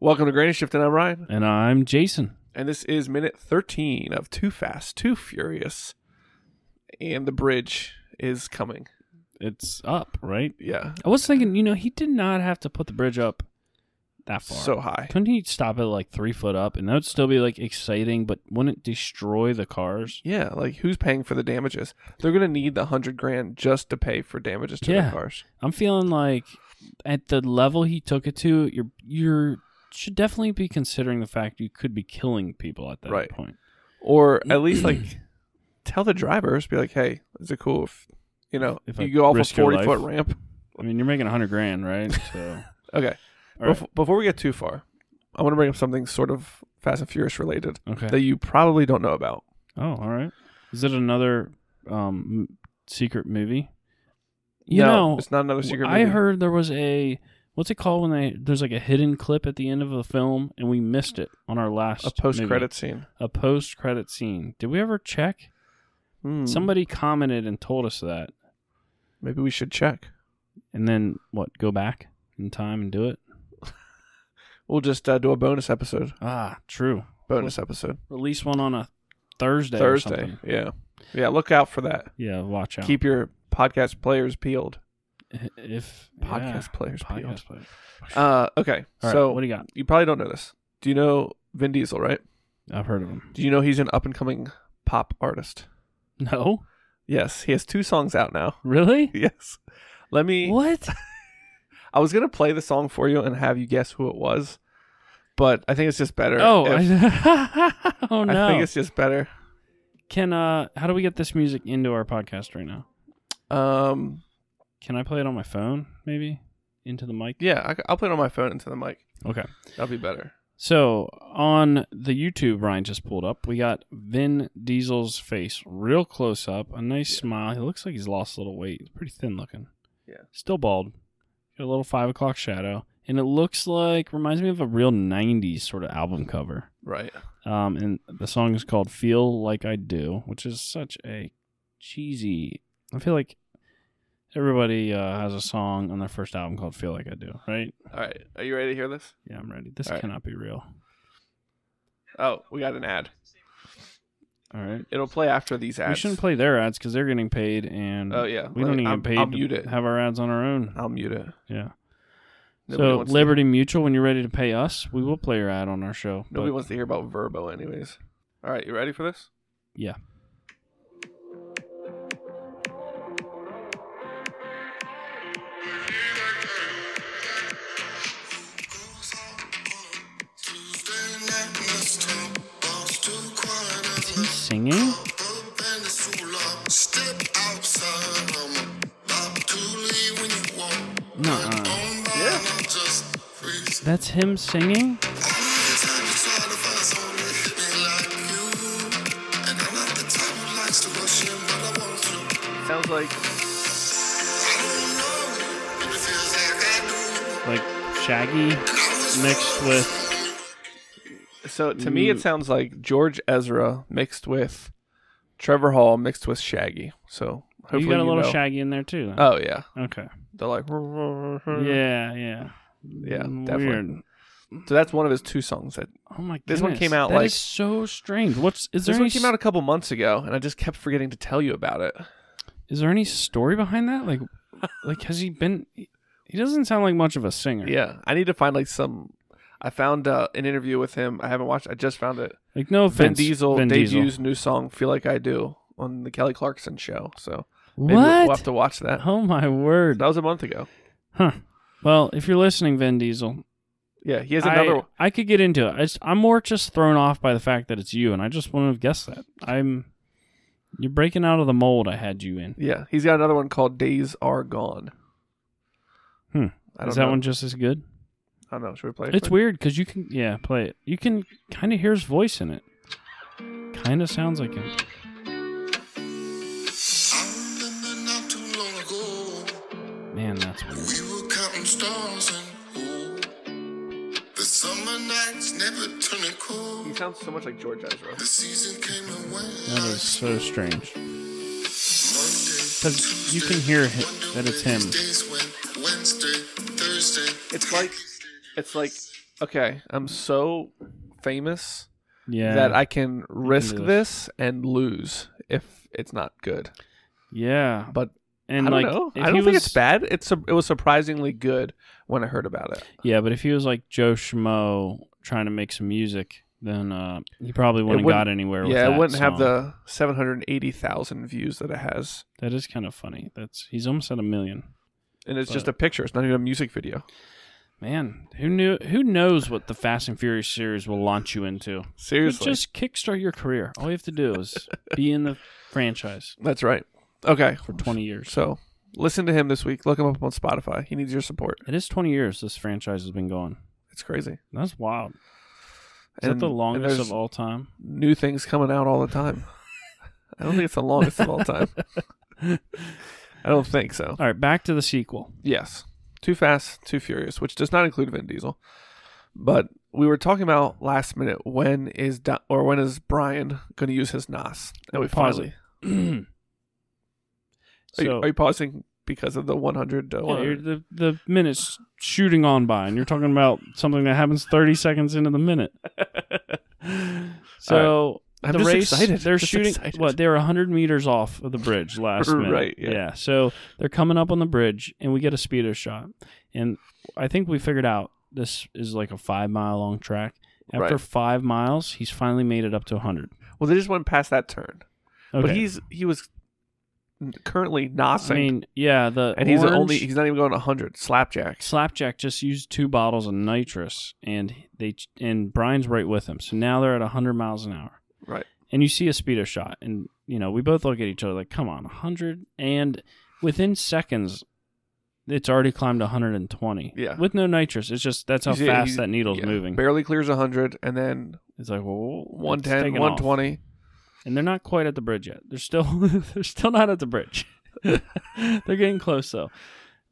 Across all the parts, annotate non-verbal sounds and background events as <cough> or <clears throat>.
Welcome to Granny Shift, and I'm Ryan. And I'm Jason. And this is minute 13 of Too Fast, Too Furious. And the bridge is coming. It's up, right? Yeah. I was thinking, you know, he did not have to put the bridge up that far. So high. couldn't he stop it like three foot up, and that would still be like exciting, but wouldn't it destroy the cars? Yeah, like who's paying for the damages? They're going to need the 100 grand just to pay for damages to Yeah. the cars. I'm feeling like at the level he took it to, you're you're should definitely be considering the fact you could be killing people at that Right. point. Or at least like tell the drivers, be like, hey, is it cool if, you know, If I you go off a risk your 40 foot life? ramp? I mean, you're making a hundred grand, right? So <laughs> Okay. All right. Bef- Before we get too far, I want to bring up something sort of Fast and Furious related okay. that you probably don't know about. Oh, all right. Is it another um, m- secret movie? You no, know, it's not another secret. I movie. heard there was a what's it called when they there's like a hidden clip at the end of a film and we missed it on our last a post movie. credit scene. a post credit scene. Did we ever check? Hmm, Somebody commented and told us that, maybe we should check. and then what? Go back in time and do it. We'll just uh, do a bonus episode. Ah, true. Bonus episode Release one on a Thursday. or Thursday. something. Yeah, yeah. Look out for that. Yeah, watch out. Keep your podcast players peeled. if Podcast players yeah, peeled. podcast player. Uh, okay. All right, so what do you got? you probably don't know this. Do you know Vin Diesel? Right? I've heard of him. Do you know he's an up and coming pop artist? No, Yes, he has two songs out now. <laughs> really? Yes. Let me. What? I was gonna play the song for you and have you guess who it was, but I think it's just better. Oh, if- I, <laughs> oh no! I think it's just better. Can uh, how do we get this music into our podcast right now? Um, Can I play it on my phone, maybe into the mic? Yeah, I, will put it on my phone into the mic. Okay. That'll be better. So on the YouTube Ryan just pulled up, we got Vin Diesel's face real close up, a nice smile. He looks like he's lost a little weight. He's pretty thin looking. Yeah. Still bald. Got a little five o'clock shadow, and it looks like reminds me of a real '90s sort of album cover. Right. Um, and the song is called "Feel Like I Do," which is such a cheesy. I feel like everybody uh, has a song on their first album called "Feel Like I Do," right? All right. Are you ready to hear this? Yeah, I'm ready. This All right. cannot be real. Oh, we got an ad. All right, It'll play after these ads. we shouldn't play their ads because they're getting paid, and Oh yeah. we Let don't me- even I'm- get paid I'll to mute it. have our ads on our own. I'll mute it. Yeah. Nobody so wants to- Liberty Mutual, when you're ready to pay us, we will play your ad on our show. nobody but- wants to hear about Verbo, anyways. All right, you ready for this? yeah. Is he singing? No. Yeah. That's him singing? Sounds like Like Shaggy mixed with. so to me it Mm. sounds like George Ezra mixed with Trevor Hall mixed with Shaggy. So hopefully you got a little know. Shaggy in there too. Then. Oh yeah. okay. They're like <laughs> uh, Yeah, yeah. Yeah, Mm, definitely. Weird. So that's one of his two songs that Oh my This one goodness. came out, That like- is so strange. What's is there this any one came out a couple months ago and I just kept forgetting to tell you about it. Is there any story behind <laughs> that? Like, like has he been? He doesn't sound like much of a singer. Yeah, I need to find like some. I found uh, an interview with him. I haven't watched. I just found it. Like no Vin offense. Diesel Vin debuts Diesel. new song "Feel Like I Do" on the Kelly Clarkson show. So maybe we'll- What? we'll have to watch that. oh my word. That was a month ago. Huh. Well, if you're listening, Vin Diesel, Yeah, he has I, another. one. I could get into it. I just, I'm more just thrown off by the fact that it's you, and I just wouldn't have guessed that. I'm. You're breaking out of the mold I had you in. Yeah, he's got another one called "Days Are Gone." Hmm. I don't Is that know. one just as good? I don't know. Should we play? it It's first? weird because you can, yeah, play it. You can kind of hear his voice in it. Kind of sounds like him. Man, that's weird. We were counting stars and ooh, the summer nights never turning He cold. sounds so much like George Ezra. The season came and went. That is so strange. Because you can hear hi- that it's him. Days went Wednesday, Thursday. It's like, it's like okay, I'm so famous Yeah. that I can risk do this and lose if it's not good. yeah. But and I don't like, know. if I don't he think was- it's bad. It's su- it was surprisingly good when I heard about it. Yeah, but if he was like Joe Schmo trying to make some music, then uh, he probably wouldn't have wouldn't- got anywhere. with Yeah, that it wouldn't have song. the 780,000 views that it has. That is kind of funny. That's he's almost at a million. And it's just But- a picture. It's not even a music video. Man, who knew? Who knows what the Fast and Furious series will launch you into? You Seriously. Just kickstart your career. All you have to do is be in the franchise That's right. Okay. for twenty years. So listen to him this week. Look him up on Spotify. He needs your support. It is twenty years this franchise has been going. It's crazy. That's wild. Is And- that the and longest there's of all time? New things coming out all the <laughs> time. I don't think it's the longest of all time. I don't think so. All right, back to the sequel. <clears throat> Yes. Too Fast, Too Furious, which does not include Vin Diesel. But we were talking about last minute when is Do- or when is Brian going to use his NAS? And we Pause finally so are, you, are you pausing because of the uh, 100 to Yeah, you're 100? the the minutes shooting on by, and you're talking about something that happens 30 seconds into <laughs> the minute. So I'm the just race, excited. <laughs> they're Just shooting. excited. What they were 100 meters off of <laughs> the bridge last minute. Right, yeah. So they're coming up on the bridge, and we get a speedo shot, and I think we figured out this is like a five mile long track. After Right. five miles, he's finally made it up to 100. Well, they just went past that turn. Okay. But he's he was currently NASing. I mean, yeah, the and he's orange, only he's not even going 100 slapjacks. Slapjack just used two bottles of nitrous, and they and Brian's right with him. So now they're at hundred miles an hour, Right. and you see a speedo shot, and you know we both look at each other like, "Come on, hundred!" And within seconds, it's already climbed hundred and twenty. Yeah. with no nitrous, it's just that's how He's- fast he's- that needle's yeah, moving. Barely clears 100 and then It's like well, it's 110, taking off. 120. and they're not quite at the bridge yet. They're still <laughs> they're still not at the bridge. <laughs> they're getting close though.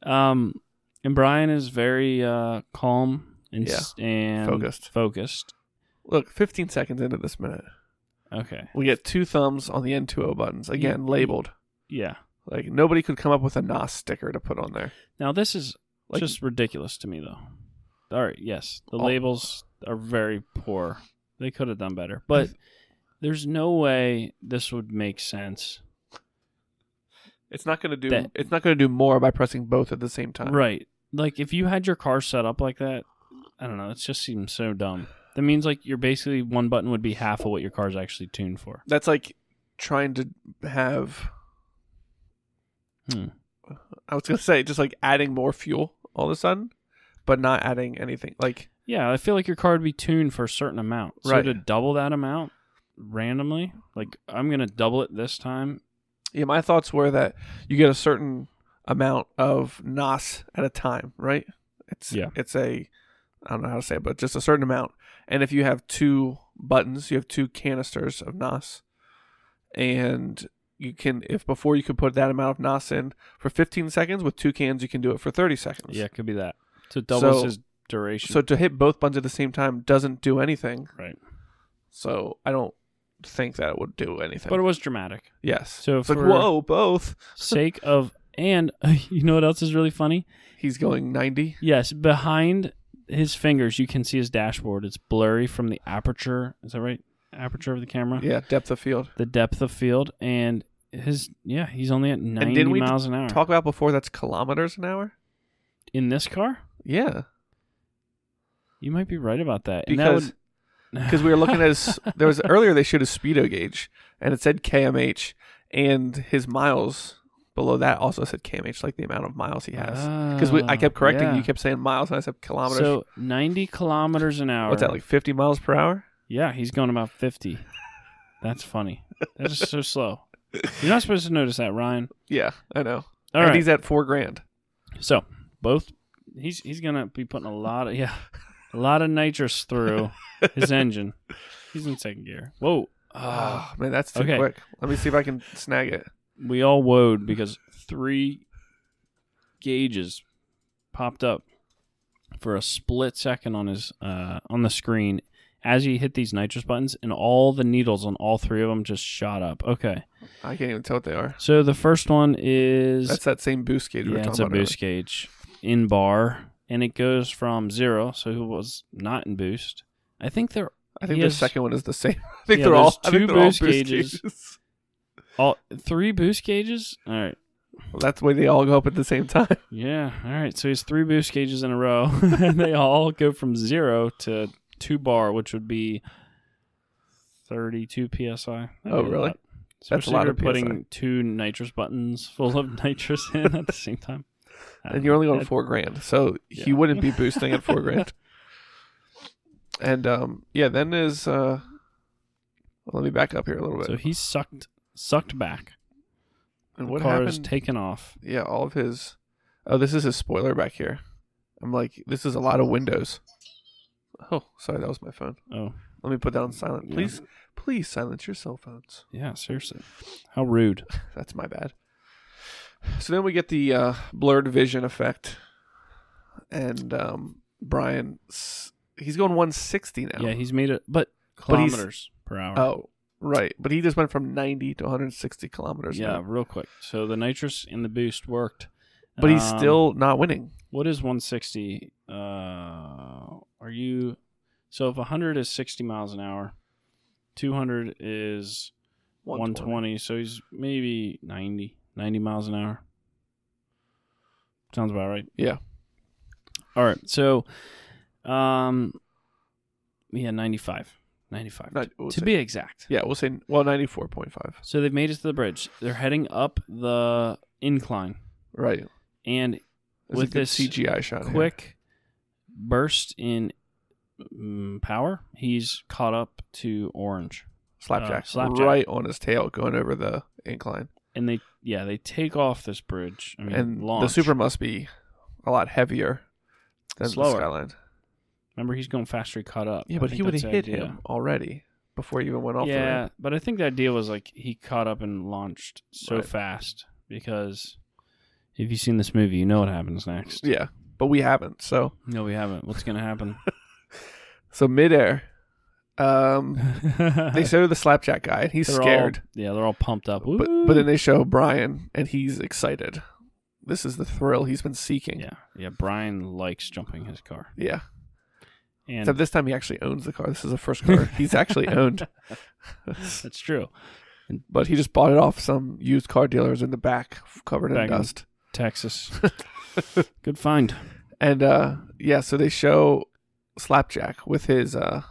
Um, and Brian is very uh, calm and s- and Focused. Focused. Look, 15 seconds into this minute, Okay. we get two thumbs on the N2O buttons again Ye- labeled. Yeah. Like nobody could come up with a NOS sticker to put on there. Now this is Like- just ridiculous to me though. Oh. All right. Yes, the All- labels are very poor. They could have done better, <laughs> but there's no way this would make sense. It's not going to do That- it's not going to do more by pressing both at the same time. Right. Like if you had your car set up like that, I don't know, it just seems so dumb. That means like you're basically one button would be half of what your car's actually tuned for. That's like trying to have Hmm. I was going to say just like adding more fuel all of a sudden, but not adding anything. Like Yeah, I feel like your car would be tuned for a certain amount. So Right. to double that amount randomly, like I'm gonna double it this time. yeah, my thoughts were that you get a certain amount of NOS at a time, right? It's Yeah. it's a I don't know how to say it, but just a certain amount. And if you have two buttons, you have two canisters of NOS. And you can if before you could put that amount of NOS in for 15 seconds with two cans, you can do it for 30 seconds. Yeah, it could be that. So it doubles So- his duration. So to hit both buttons at the same time doesn't do anything. right. So I don't think that it would do anything. But it was dramatic. yes. so it's like for- whoa, both. Sake of and <laughs> you know what else is really funny? He's going 90. Yes, behind his fingers, you can see his dashboard. It's blurry from the aperture. Is that right? Aperture of the camera. Yeah, depth of field. The depth of field and his yeah, he's only at ninety didn't we miles an hour Talk about before that's kilometers an hour. in this car. Yeah, <laughs> You might be right about that. And that because would- <laughs> because we were looking at his. There was earlier they showed his speedo gauge and it said KMH, and his miles below that also said KMH, like the amount of miles he has. Because I kept correcting Ah, you, kept saying miles, and I said yeah. kilometers. So ninety kilometers an hour. What's that like? Fifty miles per hour? Yeah, he's going about fifty. That's funny. That is so slow. You're not supposed to notice that, Ryan. Yeah, I know. All and right. he's at four grand. So both he's he's gonna be putting a lot of yeah, a lot of nitrous through his engine. He's in second gear. Whoa. Uh, Oh man, that's too okay. quick. Let me see if I can snag it. we all woed because three gauges popped up for a split second on his uh, on the screen as he hit these nitrous buttons, and all the needles on all three of them just shot up. Okay, I can't even tell what they are. so the first one is That's that same boost gauge we were yeah, talking it's a about. earlier. boost gauge in bar, and it goes from zero, so it was not in boost. I think they're I think He the has- second one is the same. <laughs> I think Yeah, they're all there's I think two they're all boost boost gauges. gauges. all three boost gauges. All right, <laughs> Well, that's the way they all go up at the same <laughs> time. yeah, all right. So he's three boost gauges in a row, <laughs> and they all go from zero to two bar, which would be thirty-two psi. That'd Oh, be a really? lot. That's a Especially lot if of you're putting two nitrous buttons full of <laughs> nitrous in at the same time. Uh, I don't and you're only know. on That- four grand, <laughs> so he Yeah. wouldn't be boosting at <laughs> four grand. And um, yeah, then is uh, well, let me back up here a little bit. So he's sucked sucked back. and The what car happened? is taken off. yeah, all of his. Oh, this is his spoiler back here. I'm like, this is a lot of windows. Oh, sorry, that was my phone. Oh, Let me put that on silent, Yeah. please. Please silence your cell phones. yeah, seriously. How rude. That's my bad. So then we get the uh, blurred vision effect, and um, Brian, s- he's going 160 now. Yeah, he's made it, but But he's- kilometers per hour. Oh, right. But he just went from 90 to 160 kilometers. yeah, now. real quick. So the nitrous and the boost worked. But he's Um, still not winning. What is 160? Uh, are you. So if 100 is 60 miles an hour, 200 is 120. so he's maybe 90, 90 miles an hour. Sounds about right. Yeah. All right. So, um, yeah, 95. 95. Not- we'll to say- be exact. Yeah, we'll say, well, 94.5. So they've made it to the bridge. They're heading up the incline. Right. And That's With a good this CGI shot. here. quick uh, burst in mm, power, he's caught up to orange. Slapjack. uh, slapjack. Right on his tail going over the incline. And they, yeah, they take off this bridge. I mean, and launch. the Super must be a lot heavier than Slower. the Skyline. Remember, he's going faster. He caught up. Yeah, I but think he would that's have the hit idea. him already before he even went off the yeah, ramp. but I think the idea was like he caught up and launched so Right. fast because if you've seen this movie, you know what happens next. Yeah, but we haven't. So, No, we haven't. What's gonna happen? <laughs> so midair, um, <laughs> <laughs> they show the Slapjack guy. and He's They're all- scared. yeah, they're all pumped up. But but then they show Brian and he's excited. This is the thrill he's been seeking. yeah, yeah. Brian likes jumping his car, Yeah. and Except this time he actually owns the car. This is the first <laughs> car he's actually owned. that's true. But he just bought it off some used car dealers in the back covered in Back in- dust. <laughs> Texas, good find. And uh yeah, so they show Slapjack with his uh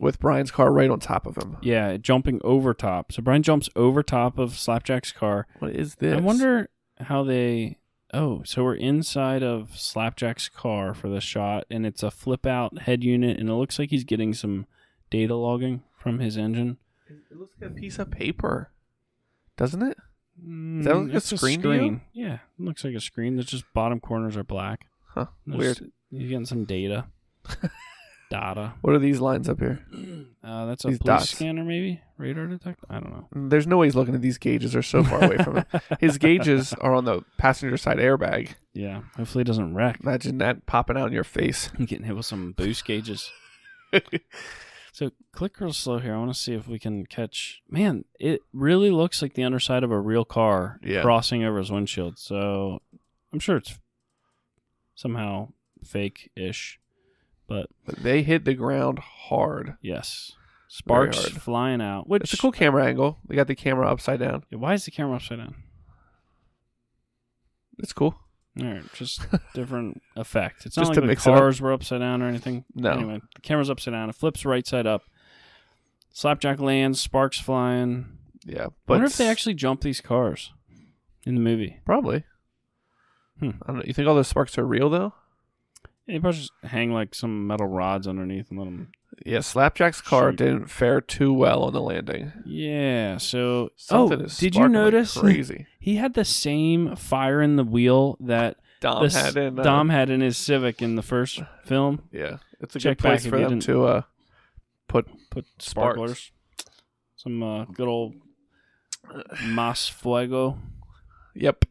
with Brian's car right on top of him. Yeah, jumping over top. So Brian jumps over top of Slapjack's car. What is this? I wonder how they. Oh, so we're inside of Slapjack's car for the shot, and it's a flip out head unit, and it looks like he's getting some data logging from his engine. It looks like a piece of paper. Doesn't it? Mm, that like a it's screen to you? Yeah, it looks like a screen. That's just bottom corners are black. Huh. There's- Weird. He's getting <laughs> some data. data. What are these lines up here? Uh, that's a These police dots. scanner, maybe radar detect. I don't know. There's no way he's looking at these gauges. They're so far away from <laughs> him. His gauges are on the passenger side airbag. Yeah. Hopefully, it doesn't wreck. Imagine that popping out in your <laughs> face. I'm getting hit with some boost gauges. so click real slow here. I want to see if we can catch. Man, it really looks like the underside of a real car Yeah. crossing over his windshield. So I'm sure it's somehow fake ish. But But they hit the ground hard. yes, sparks hard. flying out. Which It's a cool camera angle. They got the camera upside down. Why is the camera upside down? It's cool. All right, just <laughs> different effect. It's Just not to like the mix it up. cars were upside down or anything. No. Anyway, the camera's upside down. It flips right side up. Slapjack lands, sparks flying. Yeah. But But wonder if they actually jump these cars in the movie. probably. Hmm. I don't know. You think all those sparks are real though? They probably just hang like some metal rods underneath and let them. Yeah. Slapjack's car Shoot. didn't fare too well on the landing. Yeah. So, Something oh, is did you sparking like notice crazy? he had the same fire in the wheel that Dom the s- had in. Uh, Dom had in his Civic in the first film? Yeah. It's a Check good place back if for you them didn't- to. Uh, Put Sparks. sparklers, some uh, good old mas fuego. yep.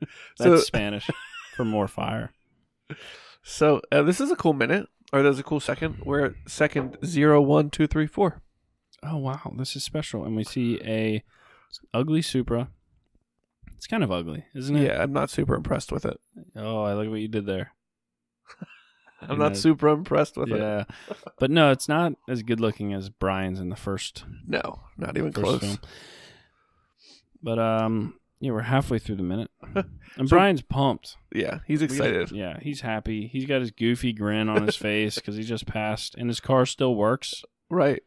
That's So- <laughs> Spanish for more fire. So uh, this is a cool minute, or there's a cool second. We're at second zero one two three four. Oh wow, this is special. And we see a ugly Supra It's kind of ugly, isn't it? Yeah, I'm not super impressed with it. Oh, I like what you <laughs> did there. I'm You know, not super impressed with it. yeah. but no, it's not as good looking as Brian's in the first No, not even first close. film. But um, yeah, we're halfway through <laughs> the minute, and So- Brian's pumped. Yeah, he's We got- excited. yeah, he's happy. He's got his goofy grin on <laughs> his face because he just passed, and his car still works. Right.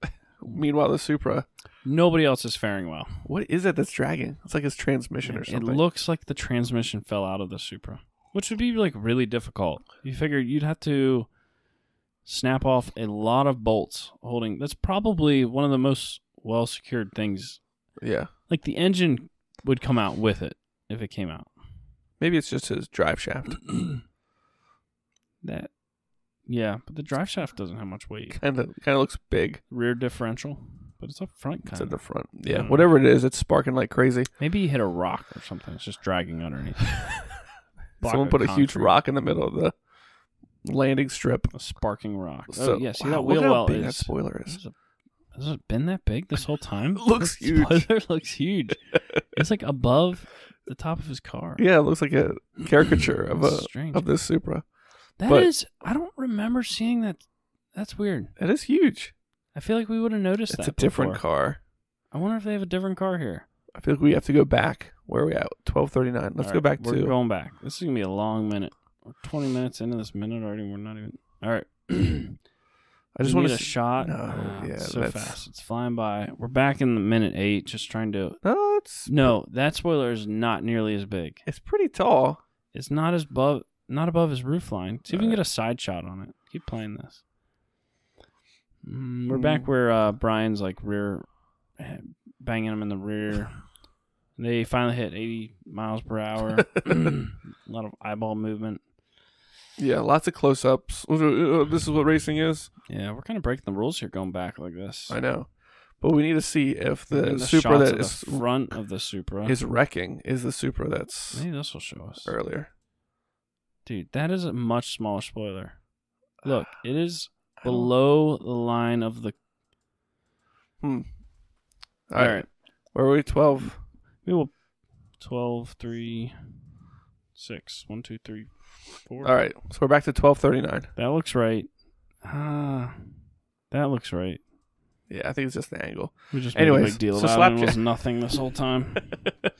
<laughs> Meanwhile, the Supra, Nobody else is faring well. what is it that's dragging? It's like his transmission or It something. looks like the transmission fell out of the Supra, which would be like really difficult. You figure you'd have to snap off a lot of bolts holding. That's probably one of the most well secured things. yeah. Like the engine would come out with it if it came out. Maybe it's just his drive <clears throat> shaft. That, yeah, but the drive shaft doesn't have much weight. Kind of kind of looks big. Rear differential, but it's up front It's kind at the of. front. Yeah. Mm. Whatever it is, it's sparking like crazy. Maybe you hit a rock or something. It's just dragging <laughs> underneath. Block Someone of put a huge concrete. rock in the middle of the landing strip. A sparking rock. So oh, yeah. See wow, that look wheel how well big that is. spoiler is. Has it, has it been that big this <laughs> whole time? Looks This huge. Spoiler <laughs> looks huge. <laughs> It's like above the top of his car. Yeah, it looks like <clears throat> a caricature of It's a strange. of this Supra. That but- is- I don't remember seeing that. That's weird. It is huge. I feel like we would have noticed It's that. a different before. car. I wonder if they have a different car here. I feel like we have to go back. Where are we at? Twelve thirty nine. Let's All go right, back we're to going back. This is gonna be a long minute. We're twenty minutes into this minute already. We're not even. All right. <clears throat> I I just want a to shot. No, Ah, yeah, it's so that's- fast. It's flying by. We're back in the minute eight. Just trying to. No, it's No, that spoiler is not nearly as big. it's pretty tall. It's not as above not above his roof line. See if we can get a side shot on it. Keep playing this. Mm, we're back Mm. where uh, Brian's like rear eh, banging him in <laughs> the rear. they finally hit 80 miles <laughs> per hour. <clears throat> a lot of eyeball movement. Yeah, lots of close ups. This is what racing is. Yeah, we're kind of breaking the rules here going back like this. I know, but we need to see if And the, the Supra shots that of is the front of the Supra. is wrecking is the Supra that's Maybe this will show us. earlier. Dude, that is a much smaller spoiler. Look, it is below the line of the. All right. where were we? Twelve. We will 12, 3, 6. 1, 2, 3, 4. All right, so we're back to twelve thirty nine. That looks right. Ah, that looks right. Yeah, I think it's just the angle, We just made a Anyways, big deal so about it. and It Slapjack- was nothing this whole time. <laughs> but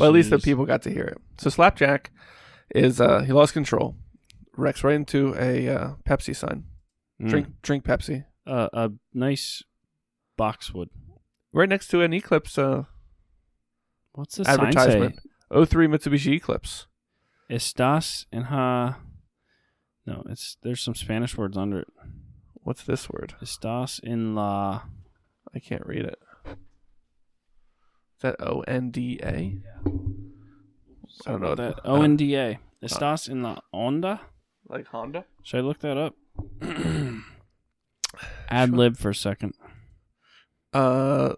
at least the Jeez. people got to hear it. So Slapjack is uh he lost control, wrecks right into a uh, Pepsi sign. Mm. Drink drink Pepsi. Uh, a nice boxwood. Right next to an Eclipse uh, What's the advertisement. Sign O three Mitsubishi Eclipse. say? Estás en ha. No, it's there's some Spanish words under it. What's this word? Estás en la. I can't read it. Is that O N D A? I don't know. that I don't- O N D A. Estás en la onda. Like Honda? Should I look that <clears throat> up? Ad lib for a <laughs> second. Uh,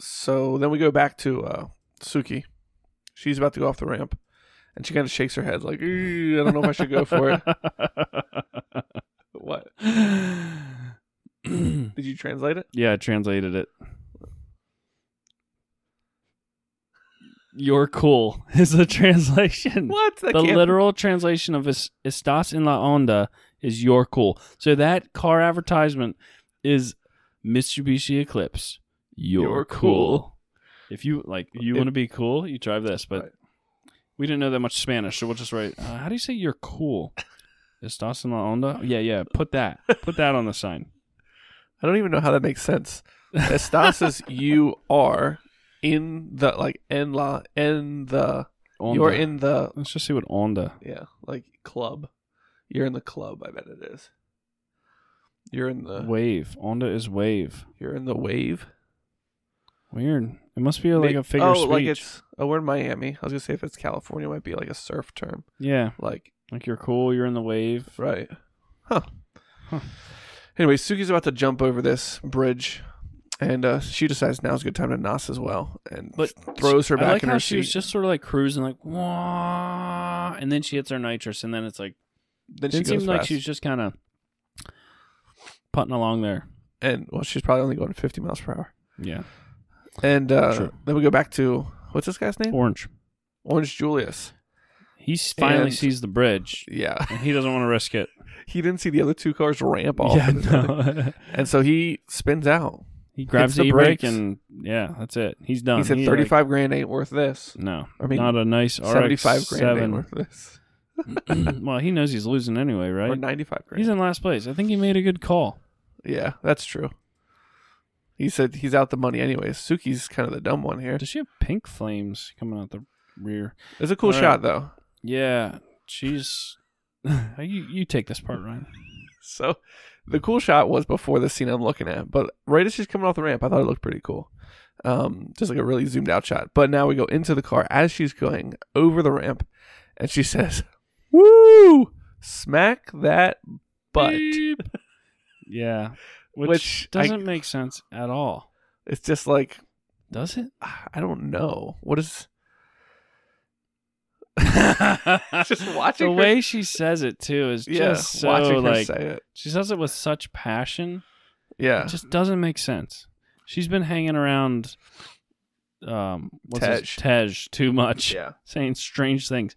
so then we go back to uh, Suki. She's about to go off the ramp, and she kind of shakes her head like, "Ew, "I don't know if I should go <laughs> for it." <clears throat> What? Did you translate it? yeah, I translated it. You're cool <laughs> is the translation. What? <laughs> That Mm. The can't- literal translation of es- Estás en la onda is you're cool. So that car advertisement is Mitsubishi Eclipse. You're, You're cool. cool. If you like, you If- want to be cool, you drive this. But Right. we didn't know that much Spanish, so we'll just write. Uh, how do you say you're cool? <laughs> Estás en la onda? Yeah, yeah. Put that. Put that on the sign. I don't even know how that makes sense. Estas <laughs> is you are in the like en la in the Onda. you're in the Let's just see what onda. yeah like club. You're in the club. I bet it is. You're in the Wave. Onda is wave. you're in the wave. Weird. It must be like May- a figure oh, of speech. like it's oh, we're in Miami. I was gonna say if it's California, it might be like a surf term. yeah, Like like you're cool. You're in the wave. right, huh? Huh. Anyway, Suki's about to jump over this bridge, and uh, she decides now's a good time to nos as well, and But throws her I back like in how her she seat. was just sort of like cruising, like wah, and then she hits her nitrous, and then it's like then it she didn't goes seem like fast. she was just kind of putting along there. and well, she's probably only going 50 miles per hour. Yeah, And uh, Sure. then we go back to what's this guy's name? orange. Orange Julius. He s- finally And- sees the bridge, Yeah. and he doesn't want to risk <laughs> it. He didn't see the other two cars ramp off. yeah, no. <laughs> And so he spins out. he grabs Hits the the e-brake brakes. and yeah, that's it. He's done. he said He's like, 35 grand ain't worth this. no, I mean, not a nice RX 75 grand ain't seven. worth this. <clears throat> well, he knows he's losing anyway, Or right? 95 grand. He's in last place. I think he made a good call. yeah, that's true. He said he's out the money anyways. Suki's kind of the dumb one here. Does she have pink flames coming out the rear? It's a cool All right. shot though. Yeah, she's. <laughs> you you take this part, Ryan. So the cool shot was before the scene I'm looking at, but right as she's coming off the ramp, I thought it looked pretty cool. Um, just like a really zoomed out shot. But now we go into the car as she's going over the ramp, and she <laughs> says, "Woo! Smack that butt!" Beep. <laughs> yeah, which, Which I- doesn't make sense at all, It's just like <laughs> does it? I don't know what is. just watching her- the way she says it too is just Yeah, so watching her like say it. she says it with such passion. Yeah, It just doesn't make sense. She's been hanging around um what's his- Tej too much, yeah. saying strange things.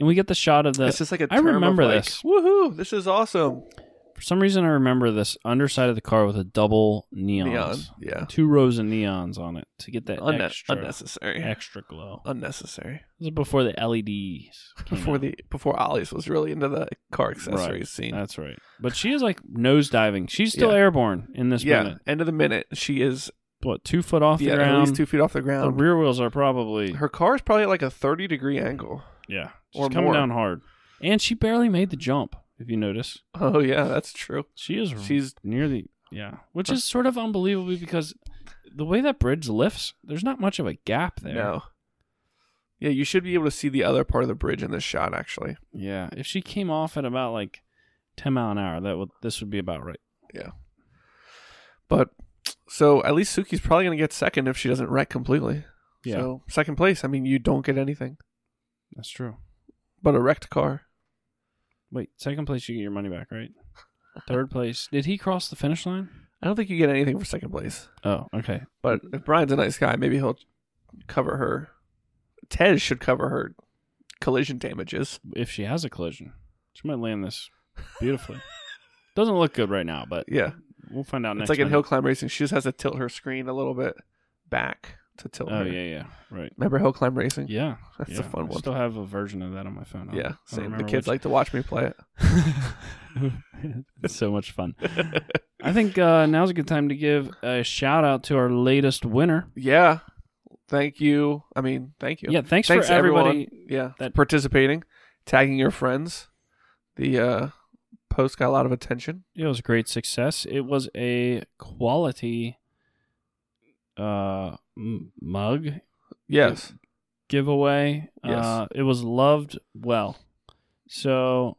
And we get the shot of the it's just like a uh, I term of, remember like, this. Woohoo! This is awesome. for some reason I remember this underside of the car with a double neons. Neon. Yeah. Two rows of neons on it to get that Unne- extra unnecessary. extra glow. unnecessary. This is before the LEDs. came before out. the before Ollie's was really into the car accessories Right. scene. That's right. But she is like nosediving. She's still Yeah. airborne in this yeah, minute. end of the minute, she is What, two foot off yeah the at ground? least two feet off the the ground. rear wheels are probably Her car is probably at like a thirty degree angle. <laughs> yeah. She's or coming more. down hard. And she barely made the jump, if you notice. Oh yeah, that's true. She is She's near the yeah. Which is sort of unbelievable because the way that bridge lifts, there's not much of a gap there. no. Yeah, you should be able to see the other part of the bridge in this shot actually. Yeah. If she came off at about like ten mile an hour, that would this would be about right. But so at least Suki's probably gonna get second if she doesn't wreck completely. Yeah. So second place, I mean you don't get anything That's true. but a wrecked car. Wait, second place you get your money back, right? Third place. Did he cross the finish line? I don't think you get anything for second place. Oh, okay. But if Brian's a nice guy, maybe he'll cover her. Tej should cover her collision damages. if she has a collision, she might land this <laughs> beautifully. Doesn't look good right now, but Yeah, we'll find out it's next. like in time. hill climb racing. She just has to tilt her screen a little bit back to tilt. Oh her. yeah, yeah, right. remember hill climb racing? Yeah, that's yeah. a fun I one. Still have a version of that on my phone. I don't- I yeah, don't same. The remember kids which. <laughs> like to watch me play it. it's so much <laughs> fun. I think uh, now's a good time to give a shout out to our latest winner. Yeah, thank you. I mean, thank you. Yeah, thanks, thanks for to everyone. everybody. Yeah, for that- participating, tagging your friends. The uh, post got a lot of attention. It was a great success. It was a quality uh, m- mug Yes, giveaway. Yes. Uh, it was loved well. So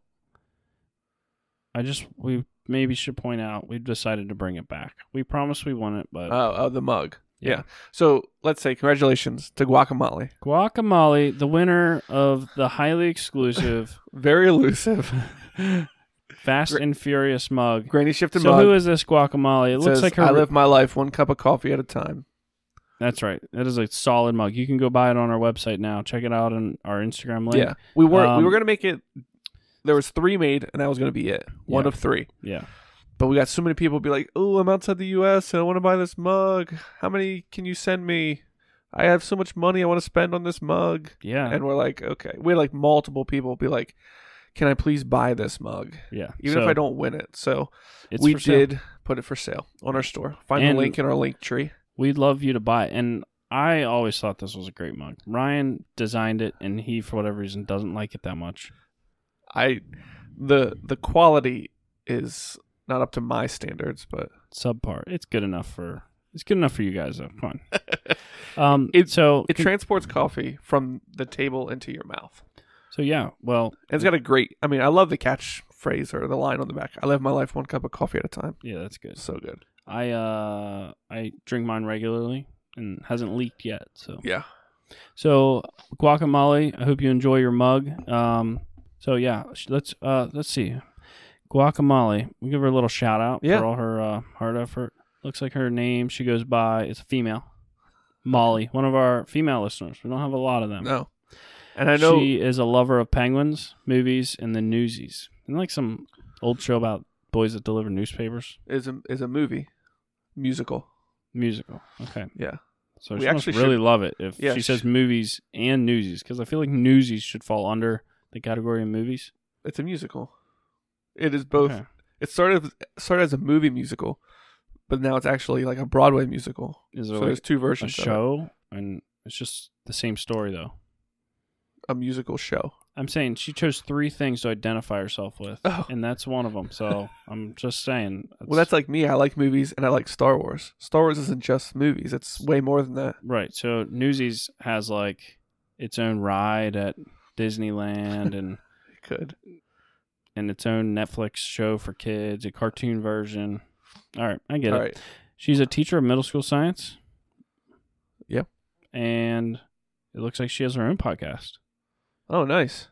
I just we maybe should point out we've decided to bring it back. We promised we won it, but oh, oh, the mug. Yeah. yeah. So let's say congratulations to Guacamole. Guacamole, the winner of the <laughs> highly exclusive Very elusive. <laughs> Fast Gr- and Furious mug. Granny shifted So mug. who is this guacamole? It looks says, like her. I live my life one cup of coffee at a time. That's right. That is a solid mug. You can go buy it on our website now. Check it out on our Instagram link. yeah, we weren't. Um, we were gonna make it. There was three made, and that was gonna be it. One Yeah. of three. yeah. But we got so many people be like, "Oh, I'm outside the U.S. and I want to buy this mug. How many can you send me? I have so much money I want to spend on this mug." Yeah. And we're like, "Okay." We had like multiple people be like, "Can I please buy this mug, yeah. even if I don't win it?" So it's we for sale. did put it for sale on our store. Find And- the link in our link tree. We'd love you to buy it. And I always thought this was a great mug. Ryan designed it, and he, for whatever reason, doesn't like it that much. I the the quality is not up to my standards, but Subpar. It's good enough for it's good enough for you guys though. <laughs> Come on. Um, It- so it transports coffee from the table into your mouth. so yeah. Well, And it's got a great. I mean, I love the catchphrase or the line on the back. I live my life one cup of coffee at a time. yeah, that's good. So good. I uh I drink mine regularly and hasn't leaked yet. So Yeah. so guacamole. I hope you enjoy your mug. Um, so yeah, sh- let's uh let's see. Guacamole. We give her a little shout out Yeah. for all her uh, hard effort. Looks like her name she goes by. It's a female. Molly, one of our female listeners. We don't have a lot of them. No. And I know she is a lover of penguins, movies, and the newsies. And like some old show about boys that deliver newspapers. is a is a movie, musical. Musical. Okay. Yeah. So We she actually must really should- love it if Yeah, she sh- says movies and newsies, because I feel like newsies should fall under the category of movies. It's a musical. It is both. Okay. It started started as a movie musical, but now it's actually like a Broadway musical. Is So there like there's two a versions. of it. show? And it's just the same story though. a musical show. I'm saying she chose three things to identify herself with, Oh. and that's one of them. <laughs> So I'm just saying. Well, that's like me. I like movies and I like Star Wars. Star Wars isn't just movies. It's way more than that. right. So Newsies has like its own ride at <laughs> Disneyland and It could. and its own Netflix show for kids, a cartoon version. All right, I get All it. right. She's a teacher of middle school science. Yep. And it looks like she has her own podcast. Oh, nice.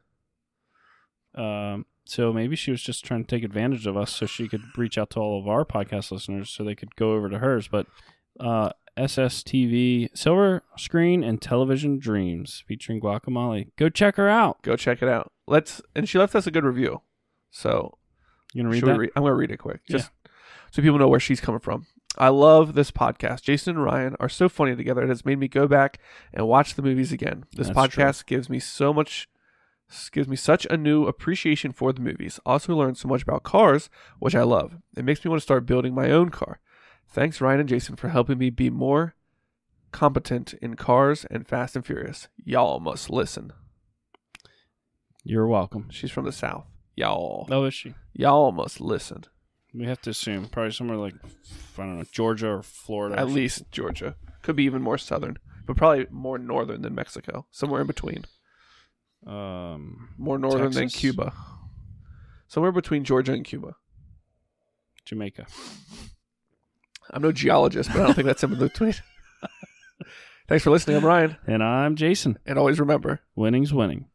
Um, so maybe she was just trying to take advantage of us so she could reach out to all of our podcast listeners so they could go over to hers. But uh, SSTV Silver Screen and Television Dreams featuring Guacamole. Go check her out. Go check it out. Let's. And she left us a good review. So You gonna read Should we that? read- I'm going to read it quick, just so people know where she's coming from. I love this podcast. Jason and Ryan are so funny together. It has made me go back and watch the movies again. This That's podcast gives me so much, gives me such a new appreciation for the movies. Also, learned so much about cars, which I love. It makes me want to start building my own car. Thanks, Ryan and Jason, for helping me be more competent in cars and Fast and Furious. Y'all must listen. You're welcome. She's from the South. Y'all, Oh, is she? y'all must listen. We have to assume probably somewhere like I don't know Georgia or Florida. or At something. least Georgia. Could be even more southern, but probably more northern than Mexico. Somewhere in between. um, More northern than Texas? Cuba. Somewhere between Georgia and Cuba. Jamaica. I'm no geologist, but I don't think that's in the tweet. <laughs> Thanks for listening. I'm Ryan. And I'm Jason. And always remember Winning's winning.